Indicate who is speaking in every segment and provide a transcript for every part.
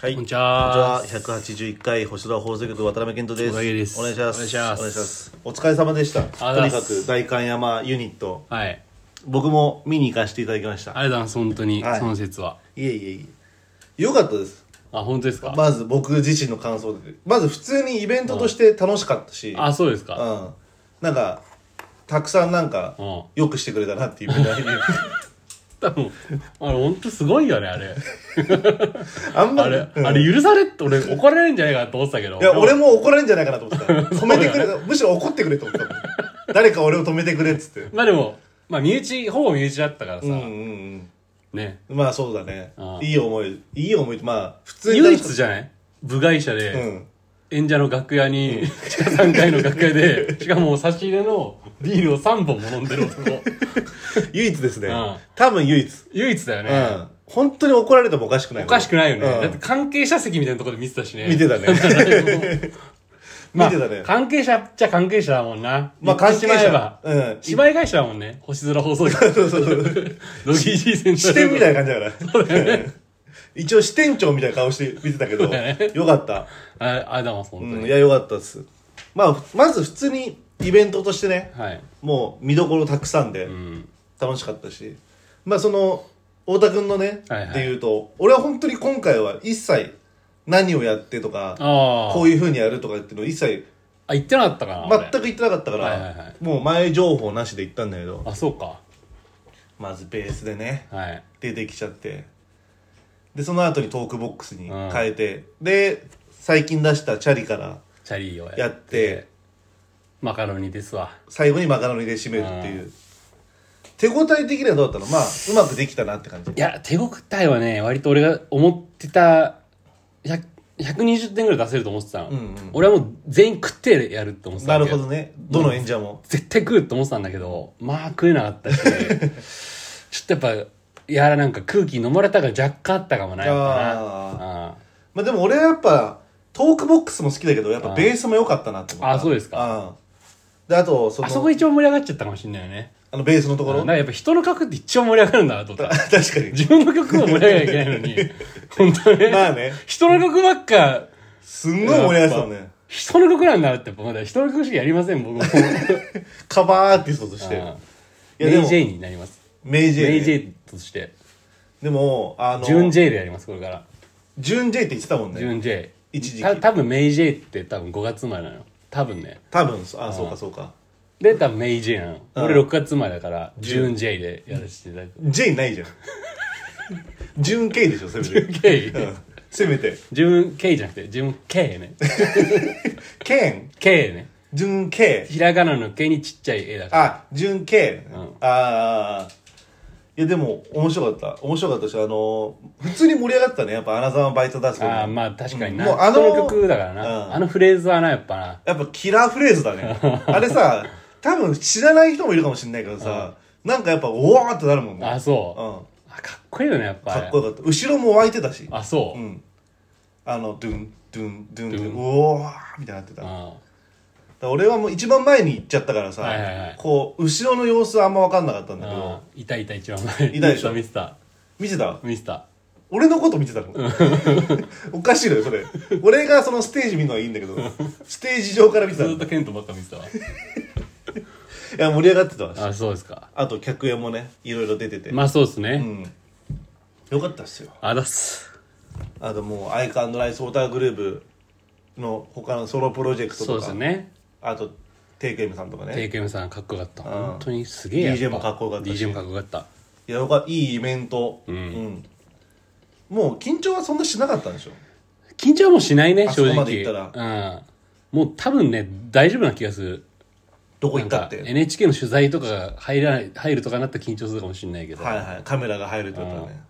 Speaker 1: はい、
Speaker 2: こんにちは
Speaker 1: こんにちは181回星空放送局渡辺健人です
Speaker 2: 小田切です
Speaker 1: お願いします
Speaker 2: お願いします
Speaker 1: おお疲れ様でした
Speaker 2: あり
Speaker 1: と
Speaker 2: が
Speaker 1: に
Speaker 2: とうござい
Speaker 1: か
Speaker 2: ます
Speaker 1: く代官山ユニット
Speaker 2: はい。あり
Speaker 1: 僕も見に行かせていただきました
Speaker 2: がとうございます、本当に、
Speaker 1: はい
Speaker 2: その説は。
Speaker 1: いえいえいえよかったです
Speaker 2: あ、本当ですか、
Speaker 1: まず僕自身の感想でまず普通にイベントとして楽しかったし
Speaker 2: あ、そうですか、
Speaker 1: うんなんかたくさんなんか
Speaker 2: うん
Speaker 1: よくしてくれたなっていう ふうに
Speaker 2: 多分、あれ本当すごいよね、あれ。
Speaker 1: あんま
Speaker 2: あ
Speaker 1: り
Speaker 2: れ、あれ許されって俺怒られるんじゃないかなと思ってたけど。
Speaker 1: いや、俺
Speaker 2: も。
Speaker 1: も怒られるんじゃないかなと思ってた。止めてくれ、むしろ怒ってくれと思ったもん。誰か俺を止めてくれっつって。
Speaker 2: まあでも、まあ身内、ほぼ身内だったからさ、
Speaker 1: うんうん
Speaker 2: ね。
Speaker 1: うん。まあそうだね
Speaker 2: あ。あ
Speaker 1: いい思い、いい思い、まあ、普通に。
Speaker 2: 唯一じゃない部外者で、
Speaker 1: うん。
Speaker 2: 演者の楽屋に、地下3階の楽 屋で、しかも差し入れのビールを3本も飲んでる男。
Speaker 1: 唯一ですね
Speaker 2: うん。
Speaker 1: 多分唯一。
Speaker 2: 唯一だよ
Speaker 1: う
Speaker 2: ね。
Speaker 1: ん。本当に怒られてもおかしくない。
Speaker 2: おかしくないよね、
Speaker 1: うん
Speaker 2: だって関係者席みたいなところで見てたしね。
Speaker 1: 見てたね。
Speaker 2: まあ
Speaker 1: 見てたね
Speaker 2: 関係者っちゃ関係者だもんな。
Speaker 1: まあ関係
Speaker 2: 言ってしま
Speaker 1: 者
Speaker 2: えば。。
Speaker 1: うん。
Speaker 2: 芝居会社だもんね。星空放送局。 そうそう そう。ロギージーセンター。
Speaker 1: 支店みたいな感じだから。一応支店長みたいな顔して見てたけど、
Speaker 2: そうだね
Speaker 1: よかった。
Speaker 2: あ、ありがとうございます、本当
Speaker 1: うん。い
Speaker 2: に。
Speaker 1: や、よかったです。まあ、まず普通にイベントとしてね、
Speaker 2: はい。
Speaker 1: もう見どころたくさんで
Speaker 2: うん。
Speaker 1: 楽しかったし、まあその太田君のね、
Speaker 2: はいはい
Speaker 1: で言うと俺は本当に今回は一切何をやってとか
Speaker 2: ああ。
Speaker 1: こういうふうにやるとかっていうのを一切
Speaker 2: あ、言ってなかったかな。
Speaker 1: 全
Speaker 2: 俺
Speaker 1: く言ってなかったから、
Speaker 2: はいはいはい
Speaker 1: もう前情報なしで言ったんだけど
Speaker 2: あ、そうか。
Speaker 1: まずベースでね
Speaker 2: はい。
Speaker 1: 出てきちゃってでその後にトークボックスに変えて、で最近出したチャリから
Speaker 2: チャリーを
Speaker 1: やって。
Speaker 2: マカロニですわ。
Speaker 1: 最後にマカロニで締めるっていう、手応え的にはどうだったのまあうまくできたなって感じ
Speaker 2: いや、手応えはね、割と俺が思ってた、100 120点ぐらい出せると思ってたの。
Speaker 1: うんうん
Speaker 2: 俺はもう全員食ってやるって思ってた
Speaker 1: な
Speaker 2: わ
Speaker 1: る
Speaker 2: け
Speaker 1: ほ
Speaker 2: よ
Speaker 1: どねどの演者も、
Speaker 2: 絶対食うと思ってたんだけど、まあ食えなかったし、 ちょっとやっぱ、いやなんか空気飲まれたが若干あったかもないかな。あ
Speaker 1: まあでも俺はやっぱトークボックスも好きだけどやっぱベースも良かったなって思った
Speaker 2: あそうです
Speaker 1: かであとそ
Speaker 2: ー
Speaker 1: の
Speaker 2: あそこ一番盛り上がっちゃったかもしれないよね。
Speaker 1: あのベースのとこ
Speaker 2: な
Speaker 1: ろ
Speaker 2: んかやっぱ人の曲って一番盛り上がるんだなと思った。
Speaker 1: 確かに
Speaker 2: 自分の曲も盛り上げなきゃ いけないのに、本当ね。
Speaker 1: まあね
Speaker 2: 人の曲ばっか、
Speaker 1: すんごい盛り上がってたもんね
Speaker 2: 人の曲なんだなって、まだ人の曲しかやりません、僕 も。
Speaker 1: カバーアーティストとして
Speaker 2: あ
Speaker 1: いやで
Speaker 2: メ
Speaker 1: も
Speaker 2: イ J になります。
Speaker 1: メイジェイ
Speaker 2: メ
Speaker 1: ね
Speaker 2: イ J として。
Speaker 1: でもあの
Speaker 2: ジュン J でやります、これから。
Speaker 1: ジュンジェイって言ってたもん
Speaker 2: ジュ
Speaker 1: ね
Speaker 2: ン J。
Speaker 1: 一時
Speaker 2: た
Speaker 1: 期
Speaker 2: 多分メイ J って多分5月生まれなの。多分ね。
Speaker 1: 多分そあそうかそうか
Speaker 2: で多分メイ J なの
Speaker 1: うん
Speaker 2: 俺6月生まれだからジューン J でやらせていただく
Speaker 1: J ない じゃんジュン K でしょせめて
Speaker 2: K
Speaker 1: うんせめて
Speaker 2: ジューン K じゃなくてジューン K ね
Speaker 1: ケン
Speaker 2: K ね
Speaker 1: ジュン K
Speaker 2: ひらがなの K にちっちゃい A だから
Speaker 1: あ、純 K、
Speaker 2: ん
Speaker 1: ああいやでも面白かった面白かったしあの普通に盛り上がったねやっぱ「アナザーのバイト出す」
Speaker 2: ああーまあ確かにな
Speaker 1: もうあ
Speaker 2: あ
Speaker 1: の
Speaker 2: の曲だから
Speaker 1: うん
Speaker 2: なあのフレーズはなやっぱな
Speaker 1: やっぱキラーフレーズだ ねあれさ多分知らない人もいるかもしれないけどさ、なんかやっぱおわーってなるもんね
Speaker 2: あ
Speaker 1: う
Speaker 2: そうんあかっこいいよねやっぱ
Speaker 1: かっこよかった後ろも湧いてたし
Speaker 2: あそううん
Speaker 1: あのドゥンドゥンドゥンドゥ
Speaker 2: ドゥ
Speaker 1: ン
Speaker 2: ン
Speaker 1: おわーみたいになってただか
Speaker 2: あ
Speaker 1: ら俺はもう一番前に行っちゃったからさ、
Speaker 2: はいはいはい
Speaker 1: こう後ろの様子はあんま分かんなかったんだけど
Speaker 2: あいたいた一番前
Speaker 1: いたでしょ
Speaker 2: ミスタ
Speaker 1: 見てた
Speaker 2: ーミスタ
Speaker 1: 俺のこと見てたのおかしいのよそれ俺がそのステージ見るのはいいんだけどステージ上から見て
Speaker 2: ー
Speaker 1: た
Speaker 2: ず
Speaker 1: の
Speaker 2: っとケントばっか見てたわ
Speaker 1: いや盛り上がってたわ
Speaker 2: あそうですか
Speaker 1: あと客演もねいろいろ出てて、
Speaker 2: まあそうです
Speaker 1: う
Speaker 2: ね
Speaker 1: ん、よかったっすよ
Speaker 2: あだっす
Speaker 1: あともうアイカンドライソーターグループの他のソロプロジェクトと
Speaker 2: そう
Speaker 1: か
Speaker 2: ですね
Speaker 1: あとテイケムさんとかね
Speaker 2: TKM さんかっこよかった
Speaker 1: うん
Speaker 2: 本当にすげえやぱ
Speaker 1: DJ もかっこよかったし
Speaker 2: DJ もかっこよかった
Speaker 1: いやよかいいイベント、
Speaker 2: うん
Speaker 1: うんもう緊張はそんなしなかったんでしょ
Speaker 2: 緊張はもうしないね
Speaker 1: あ
Speaker 2: 正
Speaker 1: そこま
Speaker 2: 直
Speaker 1: で行った
Speaker 2: うん、もう多分ね大丈夫な気がする
Speaker 1: どこ行った
Speaker 2: なん
Speaker 1: っ
Speaker 2: か
Speaker 1: て
Speaker 2: NHK の取材とかが入らない入るとかなったら緊張するかもしれないけど、
Speaker 1: はいはいカメラが入るってことだね、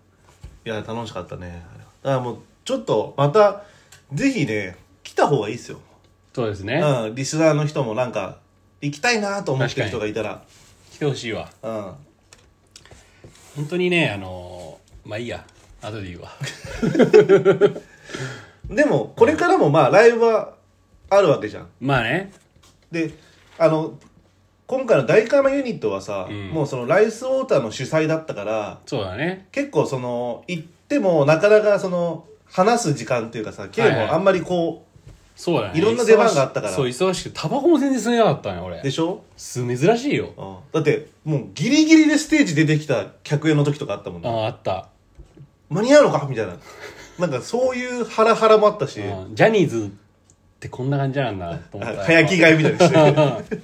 Speaker 1: いや楽しかったねだからもうちょっとまたぜひね来た方がいいですよ、
Speaker 2: そうですね、
Speaker 1: うん、リスナーの人もなんか行きたいなと思ってる人がいたら
Speaker 2: 来てほしいわ
Speaker 1: うん
Speaker 2: 本当にねあのーまあいいや後で言うわ
Speaker 1: でもこれからもまあライブはあるわけじゃん
Speaker 2: まあね
Speaker 1: であの今回の大釜ユニットはさ、
Speaker 2: うん
Speaker 1: もうそのライスウォーターの主催だったから
Speaker 2: そうだね
Speaker 1: 結構その行ってもなかなかその話す時間っていうかさ K もあんまりこ
Speaker 2: そうだね
Speaker 1: いろんな出番があったから
Speaker 2: 忙しそう忙しくてタバコも全然吸えなかったね
Speaker 1: う
Speaker 2: 俺
Speaker 1: でしょ、
Speaker 2: す珍しいよ
Speaker 1: うん、だってもうギリギリでステージ出てきた客演の時とかあったもん
Speaker 2: あ
Speaker 1: ね
Speaker 2: ああった、
Speaker 1: 間に合うのかみたいななんかそういうハラハラもあったし
Speaker 2: うんジャニーズってこんな感じなんだと思った
Speaker 1: 早着替えみたいにして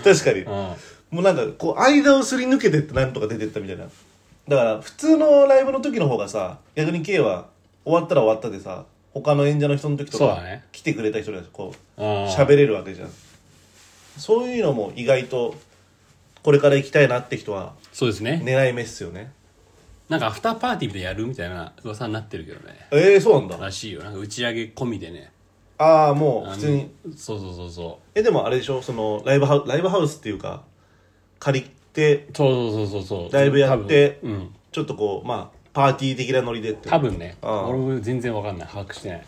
Speaker 1: 確かに
Speaker 2: うん
Speaker 1: もうなんかこう間をすり抜けてってなんとか出てったみたいなだから普通のライブの時の方がさ逆に K は終わったら終わったでさ他の演者の人の時と
Speaker 2: そうだ
Speaker 1: か
Speaker 2: ね
Speaker 1: 来てくれた人がこう
Speaker 2: うん
Speaker 1: 喋れるわけじゃんそういうのも意外とこれから行きたいなって人は
Speaker 2: そうですね
Speaker 1: 狙い目っすよね
Speaker 2: なんかアフターパーティーみたいなやるみたいな噂になってるけどね
Speaker 1: ええそうなんだ
Speaker 2: らしいよなんか打ち上げ込みでね
Speaker 1: ああもう普通に
Speaker 2: あのそうそうそうそ
Speaker 1: えでもあれでしょそのライブハウライブハウスっていうか借りて
Speaker 2: うそうそうそうそうそう
Speaker 1: ライブやって
Speaker 2: 多分うん
Speaker 1: ちょっとこうまあパーティー的なノリでって
Speaker 2: 多分ね
Speaker 1: ああ
Speaker 2: 俺も全然わかんない把握してない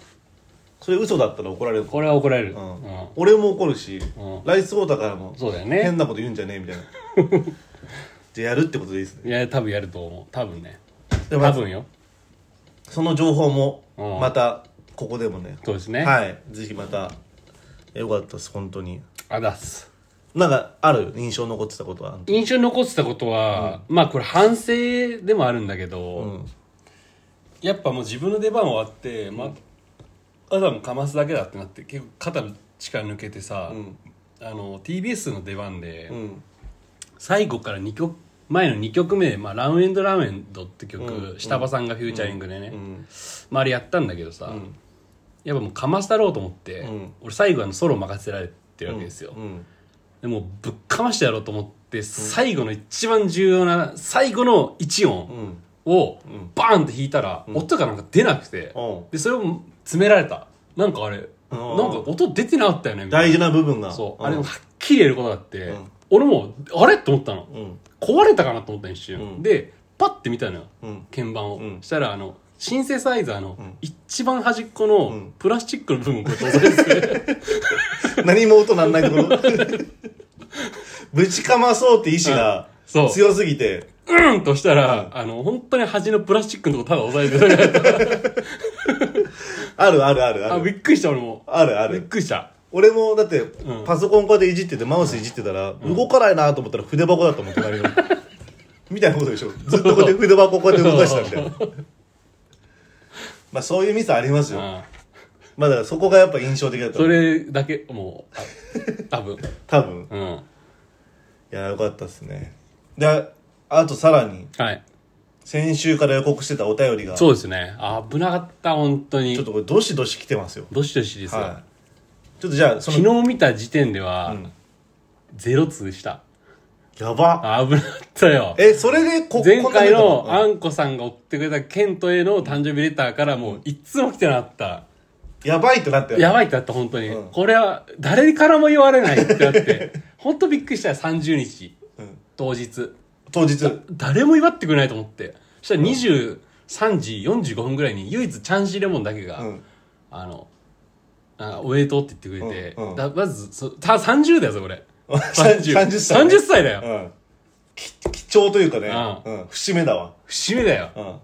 Speaker 1: それ嘘だったら怒られる
Speaker 2: これは怒られる、
Speaker 1: う
Speaker 2: うんん
Speaker 1: 俺も怒るし、
Speaker 2: うん
Speaker 1: ライスウォーターからも
Speaker 2: そうだよ
Speaker 1: 変
Speaker 2: ね
Speaker 1: なこと言うんじゃねえみたい なでやるってことでいいですね
Speaker 2: いや多分やると思う多分ね
Speaker 1: で
Speaker 2: 多
Speaker 1: も
Speaker 2: 分よ
Speaker 1: その情報も
Speaker 2: うん
Speaker 1: またここでもね、
Speaker 2: そうですね、
Speaker 1: はいぜひまたよかったです本当に
Speaker 2: あだっす
Speaker 1: なんかある印象残ってたことは
Speaker 2: 印象に残ってたことは、まあこれ反省でもあるんだけど、
Speaker 1: うん
Speaker 2: やっぱもう自分の出番終わって、まあとはもうかますだけだってなって結構肩の力抜けてさ、
Speaker 1: うん
Speaker 2: あの TBS の出番で、
Speaker 1: うん
Speaker 2: 最後から2曲前の2曲目で、まあ、ラウンドラウンドって曲、
Speaker 1: うん
Speaker 2: 下場さんがフューチャリングでね、
Speaker 1: うん
Speaker 2: まあ、あれやったんだけどさ、
Speaker 1: ん
Speaker 2: やっぱもうかましたろうと思って、
Speaker 1: うん
Speaker 2: 俺最後あのソロ任せられてるわけですよ、
Speaker 1: うん
Speaker 2: でもうぶっかましてやろうと思って最後の一番重要な最後の1
Speaker 1: う
Speaker 2: 音
Speaker 1: ん
Speaker 2: を
Speaker 1: ん
Speaker 2: バーンって弾いたら、音がなんか出なくて、
Speaker 1: おう
Speaker 2: でそれを詰められたなんかあれなん
Speaker 1: あ
Speaker 2: か
Speaker 1: ー
Speaker 2: 音出てなかったよねみたい
Speaker 1: 大
Speaker 2: な
Speaker 1: 事な部分が
Speaker 2: そう、
Speaker 1: ん
Speaker 2: あれもはっきりやることがあって、
Speaker 1: うん
Speaker 2: 俺もあれと思ったの、
Speaker 1: うん
Speaker 2: 壊れたかなと思ったの一瞬、
Speaker 1: うん
Speaker 2: でパッて見たのよ
Speaker 1: うん
Speaker 2: 鍵盤を、
Speaker 1: うん
Speaker 2: したらあのシンセサイザーの
Speaker 1: うん
Speaker 2: 一番端っこ
Speaker 1: う
Speaker 2: の
Speaker 1: ん
Speaker 2: プラスチックの部分をこうや って押さえてて
Speaker 1: 何も音なんないところ ぶちかまそうって意志が
Speaker 2: そう
Speaker 1: 強すぎて
Speaker 2: うんとしたら、あの本当に端のプラスチックのとこただ押さえて る
Speaker 1: あるあるあるあ
Speaker 2: あ
Speaker 1: る
Speaker 2: びっくりした俺も
Speaker 1: あるあ
Speaker 2: びっ
Speaker 1: る
Speaker 2: くりした
Speaker 1: 俺もだって
Speaker 2: うん
Speaker 1: パソコンこうやっていじっててマウスいじってたら動かないなと思ったら筆箱だったもん 隣のみたいなことでしょずっとこうやって筆箱こうやって動かしたみたいなまあそういうミスありますよ
Speaker 2: あ
Speaker 1: まあだからそこがやっぱ印象的だった
Speaker 2: それだけもうあ多分
Speaker 1: 多分
Speaker 2: うん
Speaker 1: いやよかったですねであとさらに
Speaker 2: はい
Speaker 1: 先週から予告してたお便りがち
Speaker 2: そ
Speaker 1: ょ
Speaker 2: うですねあ危なかった本当に
Speaker 1: っとこれどしどし来てますよ
Speaker 2: どしどしですよ、
Speaker 1: はいちょっとじゃあその
Speaker 2: 昨日見た時点では、
Speaker 1: ん
Speaker 2: ゼロ通した
Speaker 1: やば
Speaker 2: あ危なかったよ
Speaker 1: えそれでこ
Speaker 2: 前回
Speaker 1: こん
Speaker 2: の
Speaker 1: な
Speaker 2: あ
Speaker 1: に
Speaker 2: んこさんが送ってくれたケントへの誕生日レターからもういっつも来てなかった、
Speaker 1: やばいってなったよね
Speaker 2: やばいってなった本当に、
Speaker 1: うん
Speaker 2: これは誰からも言われないってなって本当びっくりしたよ30日
Speaker 1: うん
Speaker 2: 当日
Speaker 1: 当日
Speaker 2: 誰も祝ってくれないと思ってそしたら23時45分ぐらいに唯一チャンシーレモンだけが、
Speaker 1: うん
Speaker 2: あのあおめでとうって言ってくれて、
Speaker 1: うんうん
Speaker 2: だまずそた30だよそれ
Speaker 1: 30
Speaker 2: 30
Speaker 1: 歳ね
Speaker 2: 30歳だよ、
Speaker 1: うんき貴重というかね
Speaker 2: う
Speaker 1: うん節目だわ
Speaker 2: 節目だよ
Speaker 1: うん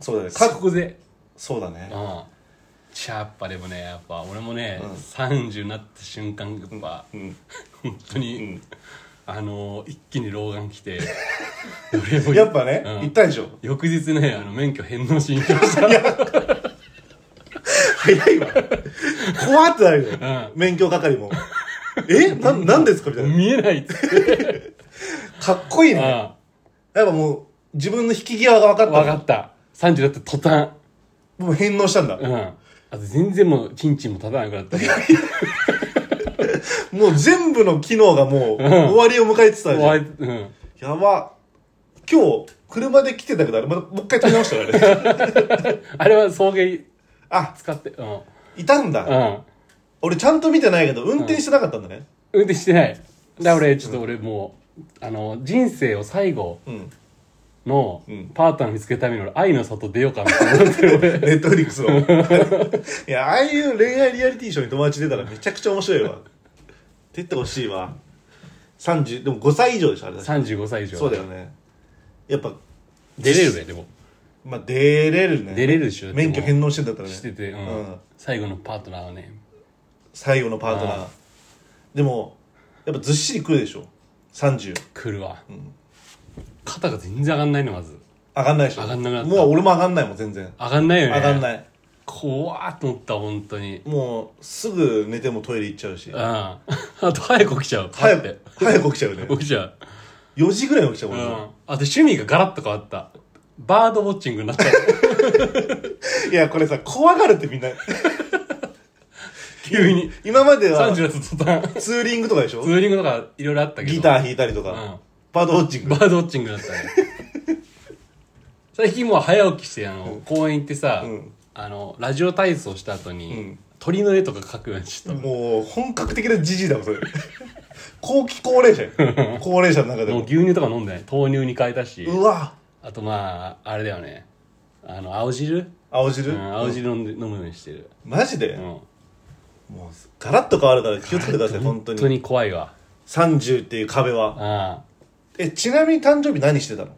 Speaker 1: そうだね
Speaker 2: そ
Speaker 1: か
Speaker 2: こで
Speaker 1: そうだね
Speaker 2: うんやっぱでもねやっぱ俺もね、
Speaker 1: うん
Speaker 2: 30になった瞬間やっぱ、
Speaker 1: うん
Speaker 2: 本当に、
Speaker 1: うん
Speaker 2: あのー一気に老眼 きて俺も
Speaker 1: やっぱね
Speaker 2: うん
Speaker 1: 行ったでし ょ
Speaker 2: 翌日ねあの免許返納しに行きました
Speaker 1: 早いわ怖ってなるよ
Speaker 2: う
Speaker 1: 免許係もえななんですかみたいな
Speaker 2: 見えないっ つって
Speaker 1: かっこいいねやっ
Speaker 2: あ
Speaker 1: ぱもう自分の引き際が分か
Speaker 2: あ
Speaker 1: った
Speaker 2: 分かった30だった途端
Speaker 1: もう返納したんだ
Speaker 2: うんあと全然もうチンチンも立たなくなった終
Speaker 1: もう全部の機能がもう終わりを迎えてたじゃ
Speaker 2: わ
Speaker 1: ん
Speaker 2: りうん
Speaker 1: やば今日車で来てたけどあれまたもう一回取り直した からね
Speaker 2: あれは送迎
Speaker 1: あ
Speaker 2: 使ってうん、うん、
Speaker 1: いたんだ、俺ちゃんと見てないけど運転してなかったんだね
Speaker 2: 運転してないだから俺ちょっと俺もう、あの人生を最後
Speaker 1: うん
Speaker 2: の
Speaker 1: うん
Speaker 2: パートナー見つけるために俺愛の里出ようかなって思って る俺
Speaker 1: ネットフリックスの いやああいう恋愛リアリティショーに友達出たらめちゃくちゃ面白いわ出てほしいわ30でも5歳以上でしょあれ
Speaker 2: 35歳以上
Speaker 1: そうだよねやっぱ
Speaker 2: 出れるべでも
Speaker 1: まあ出れるね
Speaker 2: 出れるでしょ
Speaker 1: 免許返納してんだったらね
Speaker 2: してて、うん
Speaker 1: うん
Speaker 2: 最後のパートナーはね
Speaker 1: 最後のパートナーでもやっぱずっしりくるでしょ30
Speaker 2: 来るわ、肩が全然上がんないのまず
Speaker 1: 上がんないでしょ
Speaker 2: 上がんなくなった
Speaker 1: もう俺も上がんないもん全然
Speaker 2: 上がんないよ
Speaker 1: 上
Speaker 2: ね
Speaker 1: がん
Speaker 2: い
Speaker 1: ない
Speaker 2: 怖ーっと思った本当に
Speaker 1: もうすぐ寝てもトイレ行っちゃうし
Speaker 2: うん あと早く起きちゃう
Speaker 1: 早
Speaker 2: パッ
Speaker 1: く
Speaker 2: て
Speaker 1: 早く起きちゃうね
Speaker 2: 起きちゃう
Speaker 1: 4時ぐらいに起きちゃう
Speaker 2: う
Speaker 1: も
Speaker 2: ん
Speaker 1: ん、
Speaker 2: あと趣味がガラッと変わったバードウォッチングに なった
Speaker 1: いやこれさ怖がるってみんな
Speaker 2: 急に
Speaker 1: 今までは
Speaker 2: 30月途端
Speaker 1: ツーリングとかでしょ
Speaker 2: ツーリングとかいろいろあったけど
Speaker 1: ギター弾いたりとか、
Speaker 2: うん
Speaker 1: バードウォッチング
Speaker 2: バードウォッチングだったね 最近もう早起きしてあの公園行ってさ、
Speaker 1: うん
Speaker 2: あのラジオ体操した後に、
Speaker 1: うん
Speaker 2: 鳥の絵とか描くようにした、
Speaker 1: もう本格的なじじいだもんそれ 後期高齢者よ高齢者の中で
Speaker 2: もう
Speaker 1: も
Speaker 2: 牛乳とか飲んでない豆乳に変えたし
Speaker 1: うわ
Speaker 2: あとまああれだよねあの青汁、
Speaker 1: 青汁、
Speaker 2: うん、青汁飲んで、飲むようにしてる、
Speaker 1: マジで、
Speaker 2: うん、
Speaker 1: もうガラッと変わるから気をつけてください本当に
Speaker 2: 怖いわ
Speaker 1: 30っていう壁は
Speaker 2: ああ
Speaker 1: えちなみに誕生日何してたの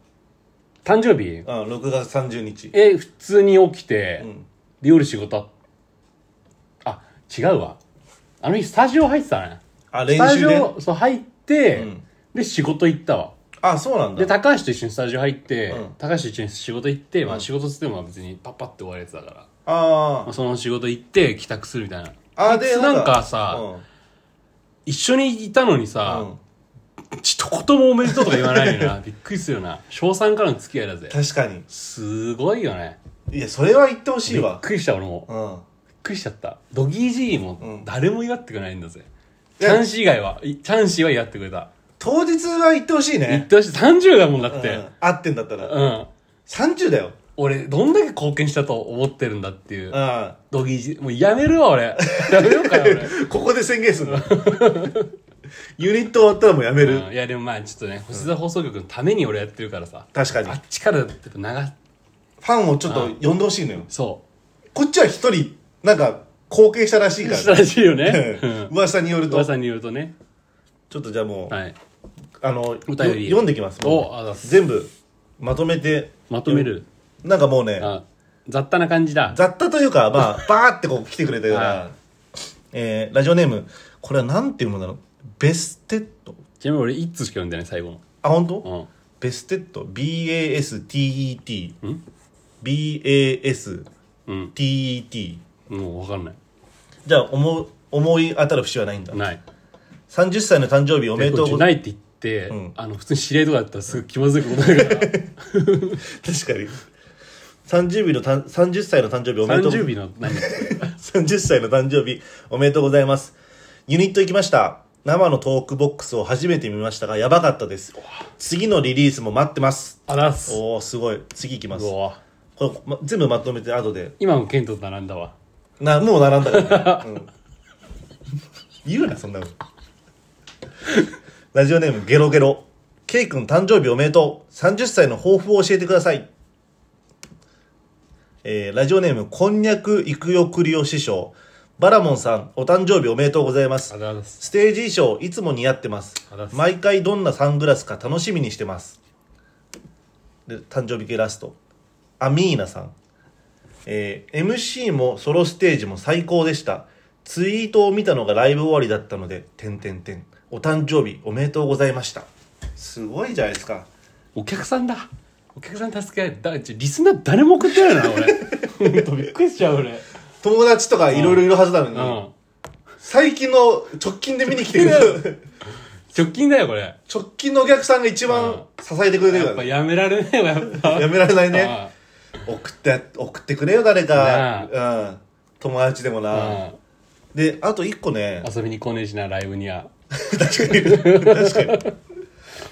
Speaker 2: 誕生日
Speaker 1: あ6月30日
Speaker 2: え普通に起きて、
Speaker 1: ん
Speaker 2: で夜仕事あ違うわあの日スタジオ入ってたね
Speaker 1: あ
Speaker 2: ス
Speaker 1: 練
Speaker 2: タ
Speaker 1: 習
Speaker 2: ジ
Speaker 1: で
Speaker 2: オそう入って、
Speaker 1: ん
Speaker 2: で仕事行ったわ
Speaker 1: あそうなん
Speaker 2: で
Speaker 1: だ
Speaker 2: 高橋と一緒にスタジオ入って、
Speaker 1: うん
Speaker 2: 高橋と一緒に仕事行って、まあ、仕事っつっても別にパッパって終わるやつだから、
Speaker 1: あ
Speaker 2: まあ、その仕事行って帰宅するみたいな
Speaker 1: ああ
Speaker 2: こいつなんかさ、一緒にいたのに
Speaker 1: うん
Speaker 2: さ
Speaker 1: う、ん
Speaker 2: ちとこともおめでとうとか言わないよなびっくりするよな小3からの付き合いだぜ
Speaker 1: 確かに
Speaker 2: すごいよね
Speaker 1: いやそれは言ってほしい
Speaker 2: びっ
Speaker 1: わ
Speaker 2: くりした俺も
Speaker 1: うん
Speaker 2: びっくりしちゃったドギージーも
Speaker 1: ん
Speaker 2: 誰も祝ってくれないんだぜ、
Speaker 1: い
Speaker 2: チ
Speaker 1: や
Speaker 2: ャンシー以外はいチャンシーは祝ってくれた
Speaker 1: 当日は言ってほしい
Speaker 2: 言っ
Speaker 1: ね
Speaker 2: てほしい30だもんだって
Speaker 1: うん合ってんだったら
Speaker 2: うん
Speaker 1: 30だよ
Speaker 2: 俺どんだけ貢献したと思ってるんだっていううんドギージもうやめるわ俺 やめようかな俺、
Speaker 1: ここで宣言するのユニット終わったらもうやめる
Speaker 2: うんいやでもまあちょっとね星座放送局のために俺やってるからさ、
Speaker 1: 確かに
Speaker 2: あ
Speaker 1: フ
Speaker 2: っちからだってやっぱ
Speaker 1: ァンをちょっと呼んでほしいのよ
Speaker 2: 流そ
Speaker 1: こっちは一人なんか貢献したらしいうか
Speaker 2: した
Speaker 1: ら
Speaker 2: らしいよね
Speaker 1: ね 噂によると
Speaker 2: 噂によるとね
Speaker 1: ちょっとじゃあもう
Speaker 2: はい
Speaker 1: あのよ
Speaker 2: 歌より
Speaker 1: 読んできます
Speaker 2: おあざっす
Speaker 1: 全部まとめて
Speaker 2: まとめる
Speaker 1: なんかもうね
Speaker 2: あ雑多な感じだ
Speaker 1: 雑多というかま あバーってこう来てくれたよう
Speaker 2: は
Speaker 1: なえーラジオネームこれはなんていうものなのベステッド
Speaker 2: ちなみに俺1通しか読んでない最後
Speaker 1: あ本当、
Speaker 2: の
Speaker 1: ベステッド BASTET
Speaker 2: ん
Speaker 1: BASTET
Speaker 2: うんうんもう分かんない
Speaker 1: じゃあ思う思い当たる節はないんだ
Speaker 2: ない
Speaker 1: 30歳の誕生日おめでとうご
Speaker 2: こっちな
Speaker 1: ざい
Speaker 2: いって言って、
Speaker 1: うん
Speaker 2: あの普通に知り合いとかだったらすぐ気まずいことになるから
Speaker 1: ます確かに30日のたん30歳の誕生日おめでとう
Speaker 2: 30日の 何
Speaker 1: 30歳の誕生日おめでとうございますユニット行きました生のトークボックスを初めて見ましたがやばかったです次のリリースも待ってます
Speaker 2: あらす
Speaker 1: おおすごい次行きます
Speaker 2: う
Speaker 1: こ
Speaker 2: わ
Speaker 1: れ、ま、全部まとめて後で
Speaker 2: 今もケントと並んだわ
Speaker 1: なもう並んだから、ねうん、言うなそんなのラジオネームゲロゲロ K 君誕生日おめでとう30歳の抱負を教えてくださいえーラジオネームこんにゃくいくよくりお師匠バラモンさんお誕生日おめでとうございます
Speaker 2: あらす
Speaker 1: ステージ衣装いつも似合ってます
Speaker 2: あらす
Speaker 1: 毎回どんなサングラスか楽しみにしてますで誕生日系ラストアミーナさん、えー MC もソロステージも最高でしたツイートを見たのがライブ終わりだったので「てんてんてんお誕生日おめでとうございました」すごいじゃないですか
Speaker 2: お客さんだお客さん助けられただちょリスナー誰も送ってないな俺ほんとびっくりしちゃう俺
Speaker 1: 友達とかいろいろいるはずなの
Speaker 2: う
Speaker 1: に、
Speaker 2: ん直
Speaker 1: 最近の直近で見に来てくれる
Speaker 2: 近だよこれ
Speaker 1: 直近のお客さんが一番支えてくれてる
Speaker 2: や
Speaker 1: か
Speaker 2: っぱ
Speaker 1: ら、
Speaker 2: やめられないわやっぱ
Speaker 1: やめられないね送って送ってくれよ誰か、うん、友達でも
Speaker 2: うん
Speaker 1: な、であと一個ね
Speaker 2: うん遊びに来ねえしなライブには
Speaker 1: 確かに確かに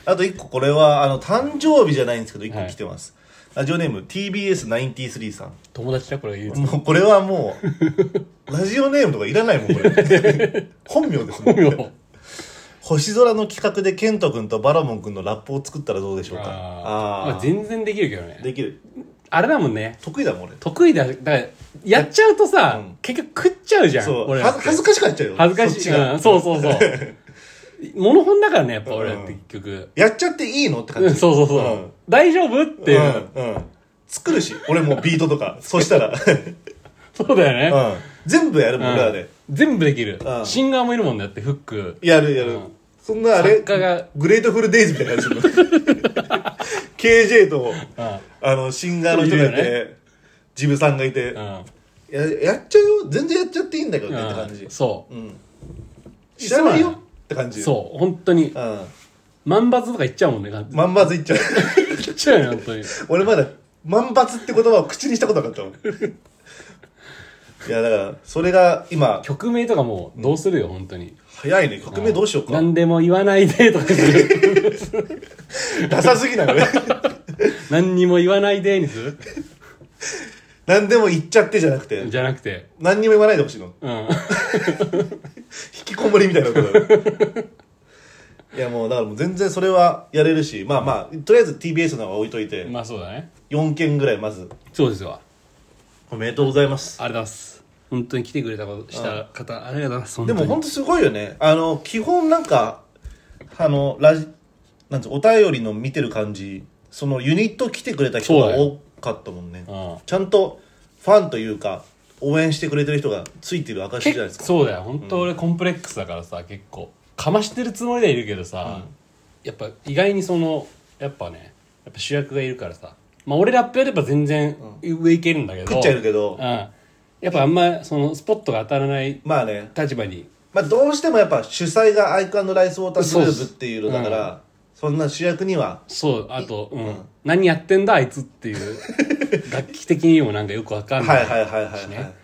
Speaker 1: あと一個これはあの誕生日じゃないんですけど一個来てます、ラジオネーム TBS93 さん
Speaker 2: 友達だこれ言う
Speaker 1: もうこれはも うラジオネームとかいらないもんこれ本名です
Speaker 2: 本
Speaker 1: ね
Speaker 2: 名
Speaker 1: 星空の企画でケント君とバラモン君のラップを作ったらどうでしょうか
Speaker 2: あ
Speaker 1: あ
Speaker 2: ーま
Speaker 1: あ
Speaker 2: あ全然できるけどね
Speaker 1: できる
Speaker 2: あれだもんね
Speaker 1: 得意だもん 俺
Speaker 2: 得意だだからやっちゃうとさ、
Speaker 1: うん
Speaker 2: 結局食っちゃうじゃん
Speaker 1: そう
Speaker 2: 俺
Speaker 1: は恥ずかしくなっちゃうよ
Speaker 2: 恥ずかし
Speaker 1: そっ
Speaker 2: い
Speaker 1: ちが
Speaker 2: うんそうそうそう 物本だからねやっぱ俺
Speaker 1: うん
Speaker 2: って結局、
Speaker 1: やっちゃっていいのって
Speaker 2: う
Speaker 1: 感
Speaker 2: ん
Speaker 1: じ
Speaker 2: そうそうそう、大丈夫っていう、
Speaker 1: うんうん作るし俺もビートと かそしたら、う
Speaker 2: そうだよね、
Speaker 1: ん、全部やる
Speaker 2: う
Speaker 1: も
Speaker 2: ん
Speaker 1: ん俺らで
Speaker 2: 全部できる、
Speaker 1: うん
Speaker 2: シンガーもいるもんだってフック
Speaker 1: やるやる、
Speaker 2: うん
Speaker 1: そんなあれ
Speaker 2: 作家が
Speaker 1: グレートフルデイズみたいな 感じするの KJ と
Speaker 2: うん
Speaker 1: あのシンガーの人がい
Speaker 2: いる
Speaker 1: てジブさんがいて、
Speaker 2: うん
Speaker 1: ややっちゃうよ全然やっちゃっていいんだけどねって感じ
Speaker 2: うんそう
Speaker 1: うん知らないよ
Speaker 2: そうなの
Speaker 1: って感じう、
Speaker 2: そう本当に
Speaker 1: うん、
Speaker 2: 万抜とか言っちゃうもんね完全に
Speaker 1: 万抜いっちゃう
Speaker 2: 言っちゃうよね本当に
Speaker 1: 俺まだ万抜って言葉を口にしたことなかったもんいやだからそれが今
Speaker 2: 曲名とかもうどうするよ本当に
Speaker 1: 早いね曲名どうしようか、
Speaker 2: 何でも言わないでとかす る
Speaker 1: ダサすぎな のね
Speaker 2: 何にも言わないでにする
Speaker 1: 何でも言っちゃってじゃなくて
Speaker 2: じゃなくて
Speaker 1: 何にも言わないでほしいの引
Speaker 2: うん
Speaker 1: きこもりみたいなことだよ いやもうだからもう全然それはやれるしまあまあとりあえず TBS の方は置いといて、
Speaker 2: まあそうだね
Speaker 1: 4件ぐらいまず
Speaker 2: そうですわ
Speaker 1: おめでとうございます
Speaker 2: ありがとうございます本当に来てくれたことした方ありがとうございます
Speaker 1: でも
Speaker 2: 本
Speaker 1: 本当すごいよねあの基本なんかあのラジなんつうお便りの見てる感じそのユニット来てくれた人
Speaker 2: そう
Speaker 1: が
Speaker 2: だよ
Speaker 1: 多かったもんね
Speaker 2: 当に
Speaker 1: ちゃんとファンというか応援してくれてる人がついてる証
Speaker 2: 結
Speaker 1: じゃないですか
Speaker 2: そうだよ本当俺コンプレックスだからさ結構かましてるつもりでいるけどさ、やっぱ意外にそのやっぱねやっぱ主役がいるからさまあ俺ラップやれば全然上いけるんだけど、
Speaker 1: 食っちゃいるけど
Speaker 2: うん、やっぱあんまそのスポットが当たらない
Speaker 1: まあね、
Speaker 2: 立場に
Speaker 1: まあ、どうしてもやっぱ主催がアイクライスウォーターグループっていうの
Speaker 2: そうっ
Speaker 1: だ
Speaker 2: す
Speaker 1: から、そんな主役には
Speaker 2: そうあと、うん何やってんだあいつっていう 楽器的にもなんかよくわかんな
Speaker 1: は
Speaker 2: い
Speaker 1: いはいはいはいはい、
Speaker 2: しね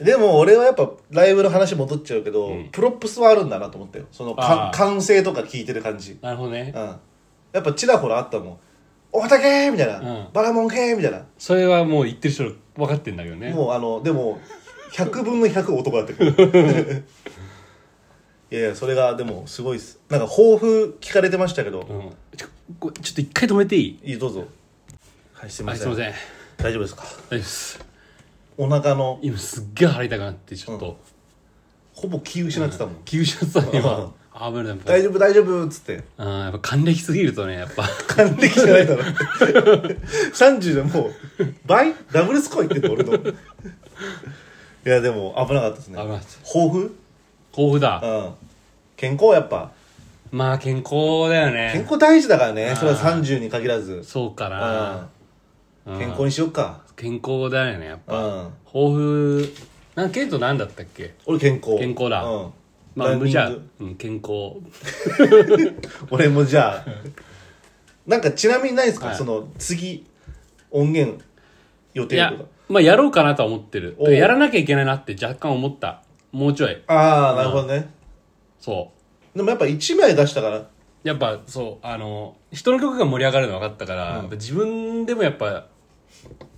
Speaker 1: でも俺はやっぱライブの話戻っちゃうけど、プロップスはあるんだなと思ったよそのか
Speaker 2: あー
Speaker 1: 歓声とか聞いてる感じ、
Speaker 2: なるほどね、
Speaker 1: うん、やっぱちらほらあったもん「おたけ!」みたいな「
Speaker 2: うん
Speaker 1: バラモンけ!」みたいな
Speaker 2: それはもう言ってる人分かってんだけどね
Speaker 1: もうあのでも100分の100男だったけど いやいやそれがでもすごいっすなんか抱負聞かれてましたけど、
Speaker 2: うん、ちょこちょっと一回止めてい
Speaker 1: い
Speaker 2: い
Speaker 1: いどうぞはいすい
Speaker 2: あ
Speaker 1: ますせ
Speaker 2: い
Speaker 1: ん
Speaker 2: ません大
Speaker 1: 大丈
Speaker 2: 丈
Speaker 1: 夫ですか
Speaker 2: 夫です
Speaker 1: お腹の
Speaker 2: 今すっげえ腹痛くなってちょっと
Speaker 1: ほぼ気失ってたもん、
Speaker 2: 急所さんに
Speaker 1: うん
Speaker 2: は危ないやっぱ
Speaker 1: 大丈夫大丈夫っつって
Speaker 2: あーやっぱ還暦すぎるとねやっぱ
Speaker 1: 還暦じゃないだろ 30でもう倍ダブルスコアいってんの俺のいやでも危なかったですね
Speaker 2: 危なかった
Speaker 1: 抱負
Speaker 2: 豊富だ
Speaker 1: うん健康やっぱ
Speaker 2: まあ健康だよ
Speaker 1: 健
Speaker 2: ね
Speaker 1: 康大事だからね
Speaker 2: ん
Speaker 1: それは30に限らず
Speaker 2: そうかな
Speaker 1: うん健康にしよっか
Speaker 2: 健康だよねやっ
Speaker 1: う
Speaker 2: ぱ
Speaker 1: ん
Speaker 2: 豊富なんケイト何だったっけ
Speaker 1: 俺健康
Speaker 2: 健康だ
Speaker 1: うん
Speaker 2: まあ
Speaker 1: ランニング
Speaker 2: じゃあ、うん、健康
Speaker 1: 俺もじゃあなんかちなみにないですか
Speaker 2: はい
Speaker 1: その次音源予
Speaker 2: い
Speaker 1: 定
Speaker 2: や
Speaker 1: とか
Speaker 2: まあやろうかなとは思ってる
Speaker 1: おう
Speaker 2: やらなきゃいけないなって若干思ったもうちょい
Speaker 1: ああなるほどね
Speaker 2: そう
Speaker 1: でもやっぱ1枚出したから
Speaker 2: やっぱそうあの人の曲が盛り上がるの分かったから、やっぱ自分でもやっぱ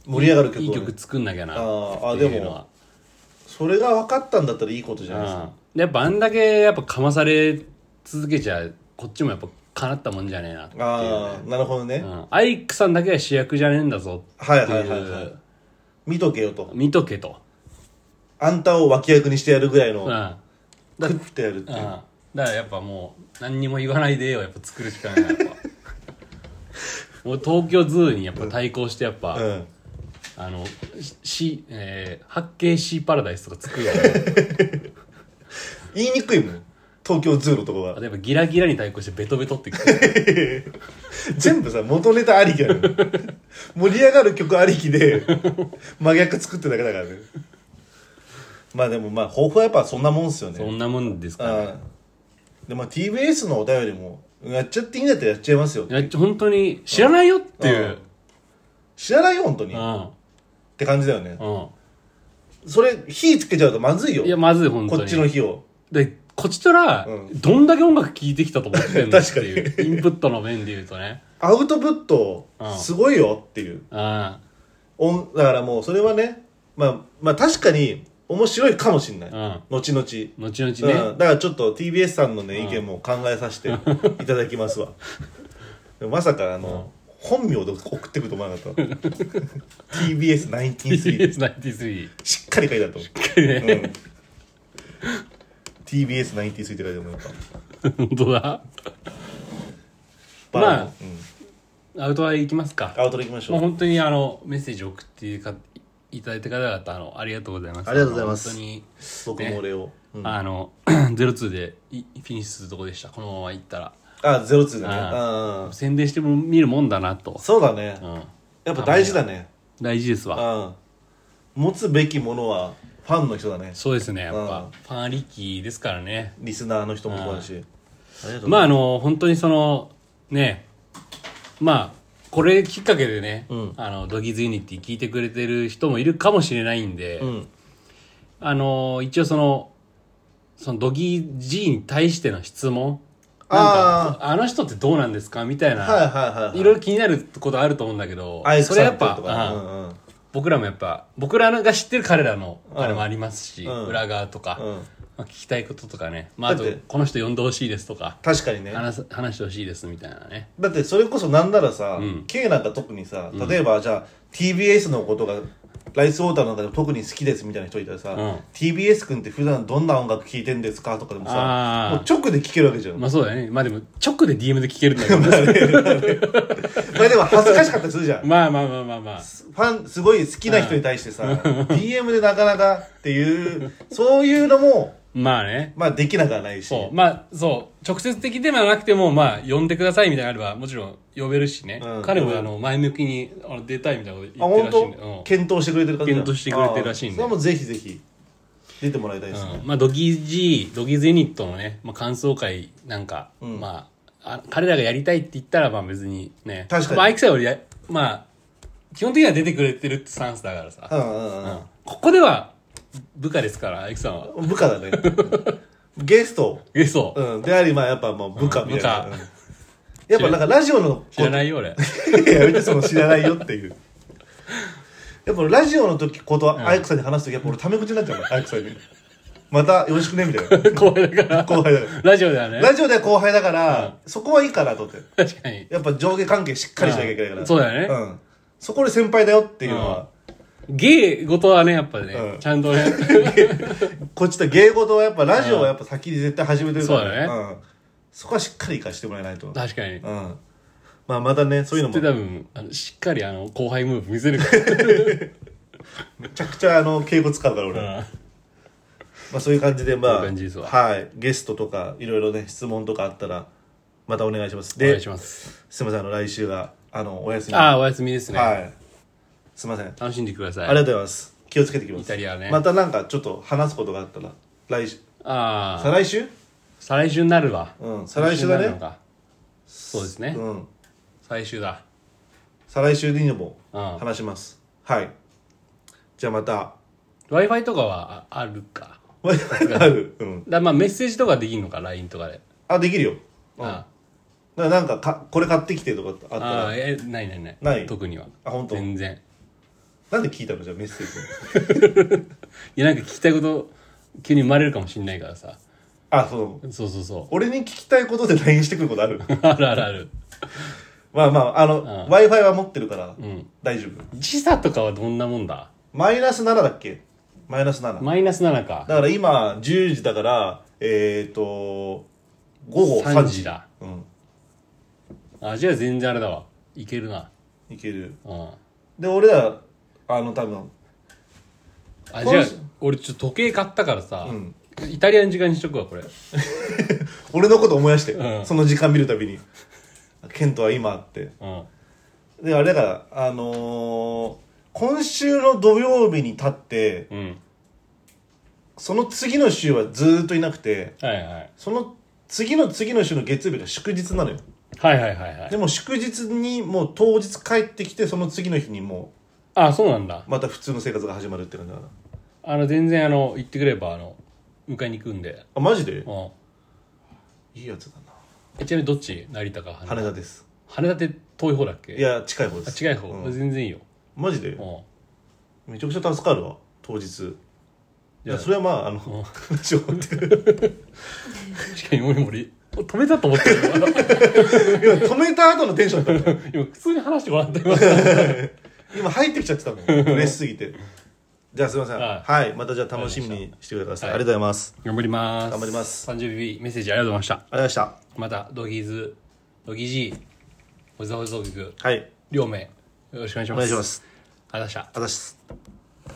Speaker 1: 盛り上がる曲を
Speaker 2: い
Speaker 1: ね
Speaker 2: い曲作んなきゃな
Speaker 1: あーあ
Speaker 2: っていうのは
Speaker 1: それが分かったんだったらいいことじゃないですか
Speaker 2: うんやっぱあんだけやっぱかまされ続けちゃこっちもやっぱかなったもんじゃねえなっていう、
Speaker 1: ああなるほどね、
Speaker 2: うん、アイクさんだけは主役じゃねえんだぞって、
Speaker 1: はいいうはいはいはい見とけよと
Speaker 2: 見とけと、
Speaker 1: あんたを脇役にしてやるぐらいの、
Speaker 2: うんうん、
Speaker 1: 食ってやるって
Speaker 2: だ
Speaker 1: いう、
Speaker 2: からやっぱもう何にも言わないでよやっぱ作るしかないな やっぱもう東京ズーにやっぱ対抗してやっぱ、
Speaker 1: うん、
Speaker 2: あの、し、えー、八景シーパラダイスとか作るわ。
Speaker 1: 言いにくいもん東京ズーのとこ
Speaker 2: あ
Speaker 1: が
Speaker 2: とやっぱギラギラに対抗してベトベトってく る。
Speaker 1: 全部さ元ネタありきや ね盛り上がる曲ありきで真逆作ってるだけだからねまあでもまあ抱負はやっぱそんなもんっすよね
Speaker 2: そんなもんですから、
Speaker 1: あーでまあ TBS のお便りもやっちゃっていいんだったらやっちゃいますよ
Speaker 2: いや、ちょ本当に知らないよっていう。
Speaker 1: 知らないよ本当に
Speaker 2: う
Speaker 1: っ
Speaker 2: ん。
Speaker 1: て感じだよね
Speaker 2: うん。
Speaker 1: それ火つけちゃうとまずいよ
Speaker 2: いや、まずい、本当
Speaker 1: こ
Speaker 2: に。
Speaker 1: っちの火を
Speaker 2: で、こっちとら、
Speaker 1: うん
Speaker 2: どんだけ音楽聴いてきたと思ってんの
Speaker 1: 確かに
Speaker 2: っていうインプットの面で言うとね。
Speaker 1: アウトプット
Speaker 2: うん
Speaker 1: すごいよっていう、
Speaker 2: あ
Speaker 1: 音だからもうそれはね、まあ、まあ確かに面白いかもしれない、
Speaker 2: あ。
Speaker 1: 後々、
Speaker 2: うん。後々ね。
Speaker 1: うん、だからちょっと TBS さんのね意見も考えさせていただきますわでもまさかあの、本名で送ってくると思わなかった TBS193
Speaker 2: TBS93。
Speaker 1: しっかり書いてあったもん
Speaker 2: ね
Speaker 1: うん TBS93 って書い てあるもんやっぱ
Speaker 2: 本当だ。
Speaker 1: バラの
Speaker 2: まあ
Speaker 1: うん
Speaker 2: アウトは行きますか
Speaker 1: アウトでいきましょ
Speaker 2: もう
Speaker 1: う
Speaker 2: 本当にあのメッセージ送ってかいただいた方々あのありがとうございます
Speaker 1: ありがとうございます
Speaker 2: あの本当に、
Speaker 1: 僕も俺を、うんあ
Speaker 2: あの 02でいフィニッシュするとこでしたこのまま行ったら
Speaker 1: ゼロツーだね
Speaker 2: あ
Speaker 1: うん
Speaker 2: 宣伝しても見るもんだなと、
Speaker 1: そうだね、
Speaker 2: うん、
Speaker 1: やっぱ大事だね
Speaker 2: 大事ですわ
Speaker 1: うん持つべきものはファンの人だね
Speaker 2: そうですねやっ
Speaker 1: う
Speaker 2: ぱ
Speaker 1: ん
Speaker 2: ファンありきですからね
Speaker 1: リスナーの人もそうだしありがとう
Speaker 2: まああの本当にそのねまあこれきっかけでね、
Speaker 1: うん
Speaker 2: あのドギーズユニティ聞いてくれてる人もいるかもしれないんで、
Speaker 1: うん
Speaker 2: あの一応そのそのドギー G に対しての質問なんかあの人ってどうなんですかみたいな、
Speaker 1: はいはいはいはい
Speaker 2: いろいろ気になることあると思うんだけど
Speaker 1: アイス
Speaker 2: それやっぱ、
Speaker 1: とか、
Speaker 2: う
Speaker 1: うんんうん
Speaker 2: 僕らもやっぱ僕らが知ってる彼らのあれもありますし、
Speaker 1: うん
Speaker 2: 裏側とか、
Speaker 1: うん
Speaker 2: まあ、聞きたいこととかね、まあ、あと
Speaker 1: だって
Speaker 2: この人呼んでほしいですとか
Speaker 1: 確かにね
Speaker 2: 話す 話してほしいですみたいなね
Speaker 1: だってそれこそなんならさ、
Speaker 2: ん
Speaker 1: K なんか特にさ例えばじゃあ TBS のことがライスウォーターの中でも特に好きですみたいな人いたらさ、
Speaker 2: うん
Speaker 1: TBS 君って普段どんな音楽聴いてんですかとかでもさ
Speaker 2: あー
Speaker 1: もう直で聴けるわけじゃん、
Speaker 2: まあそうだねまあでも直で DM で聞けるんだけど
Speaker 1: まあでも恥ずかしかったりするじゃん
Speaker 2: まあまあまあまあまあ
Speaker 1: ファンすごい好きな人に対してさ DM でなかなかっていうそういうのも
Speaker 2: まあね
Speaker 1: まあできなくはないし
Speaker 2: そうまあそう直接的ではなくてもまあ呼んでくださいみたいなのがあればもちろん呼べるしね、
Speaker 1: うん
Speaker 2: 彼
Speaker 1: う
Speaker 2: も
Speaker 1: ん
Speaker 2: あの前向きにあの出たいみたいなこと
Speaker 1: あ
Speaker 2: 言って
Speaker 1: 本当
Speaker 2: るらしいんで、うん
Speaker 1: 検討してくれてる感じ
Speaker 2: 検討してくれてるらしいんで
Speaker 1: それはもうぜひぜひ出てもらいたいですね、
Speaker 2: うんまあ、ドギー G ドギーズユニットのね、まあ、感想会なんか、
Speaker 1: ん
Speaker 2: まあ、あ彼らがやりたいって言ったらまあ別にね
Speaker 1: 確かに
Speaker 2: まあ、アイクさんはやまあ基本的には出てくれてるってスタンスだから
Speaker 1: う
Speaker 2: さ、
Speaker 1: んうんうん
Speaker 2: ここでは部下ですからアイクさんは
Speaker 1: 部下だ ねゲスト、
Speaker 2: えそう、
Speaker 1: うん、でありまあやっぱもう部下みたいな、
Speaker 2: うん部下
Speaker 1: うんやっぱなんかラジオの
Speaker 2: 知らないよ俺
Speaker 1: いややめてその知らないよっていうやっぱラジオの時ことはアイクさんに話す時やっぱ俺タメ口になっちゃうのアイクさんにまたよろしくねみたいな
Speaker 2: 後輩だから
Speaker 1: 後輩だから
Speaker 2: ラジオではね
Speaker 1: ラジオでは後輩だから、そこはいいかなと思って
Speaker 2: 確かに
Speaker 1: やっぱ上下関係しっかりしなきゃいけないから、
Speaker 2: うんそうだよね
Speaker 1: ん、そこで先輩だよっていうのは、
Speaker 2: 芸事はねやっぱね、
Speaker 1: うん
Speaker 2: ちゃんとね
Speaker 1: こっちと芸事はやっぱラジオはやっぱ先に絶対始めてるから、
Speaker 2: そうだね
Speaker 1: ん、そこはしっかり生かしてもらえないと
Speaker 2: 確かに、
Speaker 1: うんまあまたねそういうの
Speaker 2: で
Speaker 1: も
Speaker 2: 多分あのしっかりあの後輩ムーブ見せるか
Speaker 1: めちゃくちゃあの敬語使うから俺、ま
Speaker 2: ら
Speaker 1: あ、そういう感じでま
Speaker 2: そうい
Speaker 1: あ
Speaker 2: う感じですわ
Speaker 1: はい、ゲストとかいろいろね質問とかあったらまたお願いします
Speaker 2: お
Speaker 1: で
Speaker 2: 願いします
Speaker 1: すいませんあの来週があのお休み
Speaker 2: ああお休みですね、
Speaker 1: はいすいません、あ
Speaker 2: 楽しんでくださ
Speaker 1: り
Speaker 2: い
Speaker 1: がとうございます気をつけてきます
Speaker 2: イタリアね
Speaker 1: またなんかちょっと話すことがあったら来週
Speaker 2: あ
Speaker 1: 再
Speaker 2: あ
Speaker 1: 来週
Speaker 2: 再来週になるわ
Speaker 1: うん再来週だね
Speaker 2: になるのかそうですね、
Speaker 1: うん
Speaker 2: 最終だ
Speaker 1: 再来週でいいのも
Speaker 2: うん
Speaker 1: 話します、はいじゃあまた
Speaker 2: w i f i とかはああるか
Speaker 1: Wi-Fi がある、うん、
Speaker 2: だまあメッセージとかできるのか LINE とかで、
Speaker 1: あできるよ、うん、
Speaker 2: あ
Speaker 1: だからなんかかこれ買ってきてとかあった
Speaker 2: あ
Speaker 1: ら
Speaker 2: あえないないない
Speaker 1: ない
Speaker 2: 特には
Speaker 1: あ本当
Speaker 2: 全然
Speaker 1: なんで聞いたのじゃあメッセージ
Speaker 2: いやなんか聞きたいこと急に生まれるかもしんないからさ
Speaker 1: あそう
Speaker 2: そうそうそ
Speaker 1: 俺に聞きたいことで LINE してくることある
Speaker 2: う あるあるある
Speaker 1: まあまああの w i f i は持ってるから
Speaker 2: ん
Speaker 1: 大丈夫、
Speaker 2: 時差とかはどんなもんだ
Speaker 1: マイナス7だっけマイナス7、
Speaker 2: マイナス7か
Speaker 1: だから今10時だからえっ、ー、と午後3
Speaker 2: 3
Speaker 1: 時
Speaker 2: 時だ
Speaker 1: うん
Speaker 2: あじゃあ全然あれだわいけるない
Speaker 1: ける
Speaker 2: うん
Speaker 1: で俺らあの多分
Speaker 2: あじゃあ俺ちょっと時計買ったからさ、
Speaker 1: ん
Speaker 2: イタリアの時間にしとくわこれ
Speaker 1: 俺のこと思い出して、
Speaker 2: うん
Speaker 1: その時間見るたびにケントは今って
Speaker 2: うん
Speaker 1: であれだからあのー今週の土曜日に立って
Speaker 2: うん
Speaker 1: その次の週はずーっといなくて
Speaker 2: はいはい
Speaker 1: その次の次の週の月曜日が祝日なのよ
Speaker 2: はいはいはいは
Speaker 1: で
Speaker 2: い
Speaker 1: も祝日にもう当日帰ってきてその次の日にも
Speaker 2: あそうなんだ
Speaker 1: うまた普通の生活が始まるって感じだから
Speaker 2: あの全然あの言ってくれればあの迎えに行くんで
Speaker 1: あマジで
Speaker 2: うん
Speaker 1: いいやつだな
Speaker 2: えちなみにどっち成田か羽
Speaker 1: 羽
Speaker 2: 田
Speaker 1: 田です
Speaker 2: 羽田って遠い方だっけ
Speaker 1: いや近い方で
Speaker 2: あ
Speaker 1: す
Speaker 2: 違う方、
Speaker 1: うん
Speaker 2: 全然いいよ、
Speaker 1: マジで
Speaker 2: うん、
Speaker 1: めちゃくちゃ助かるわ当日いやそれはまああの話を持って
Speaker 2: 確かに俺も俺止めたと思ってるよ
Speaker 1: 今止めた後のテンションだったの
Speaker 2: 今普通に話してもらってます
Speaker 1: 今入ってきちゃってた もん嬉しすぎてじゃあすいません
Speaker 2: は
Speaker 1: はいまたじゃあ楽しみにしてくださいありがとうございます
Speaker 2: 頑張ります
Speaker 1: 頑張ります
Speaker 2: 30日メッセージありがとうございました
Speaker 1: ありがとうございました
Speaker 2: またドギーズドギー G おじさんおじさんおじさん
Speaker 1: はい
Speaker 2: 両名よろしくお願いし
Speaker 1: お
Speaker 2: ます
Speaker 1: 願いします
Speaker 2: ありがとうございました
Speaker 1: あざっす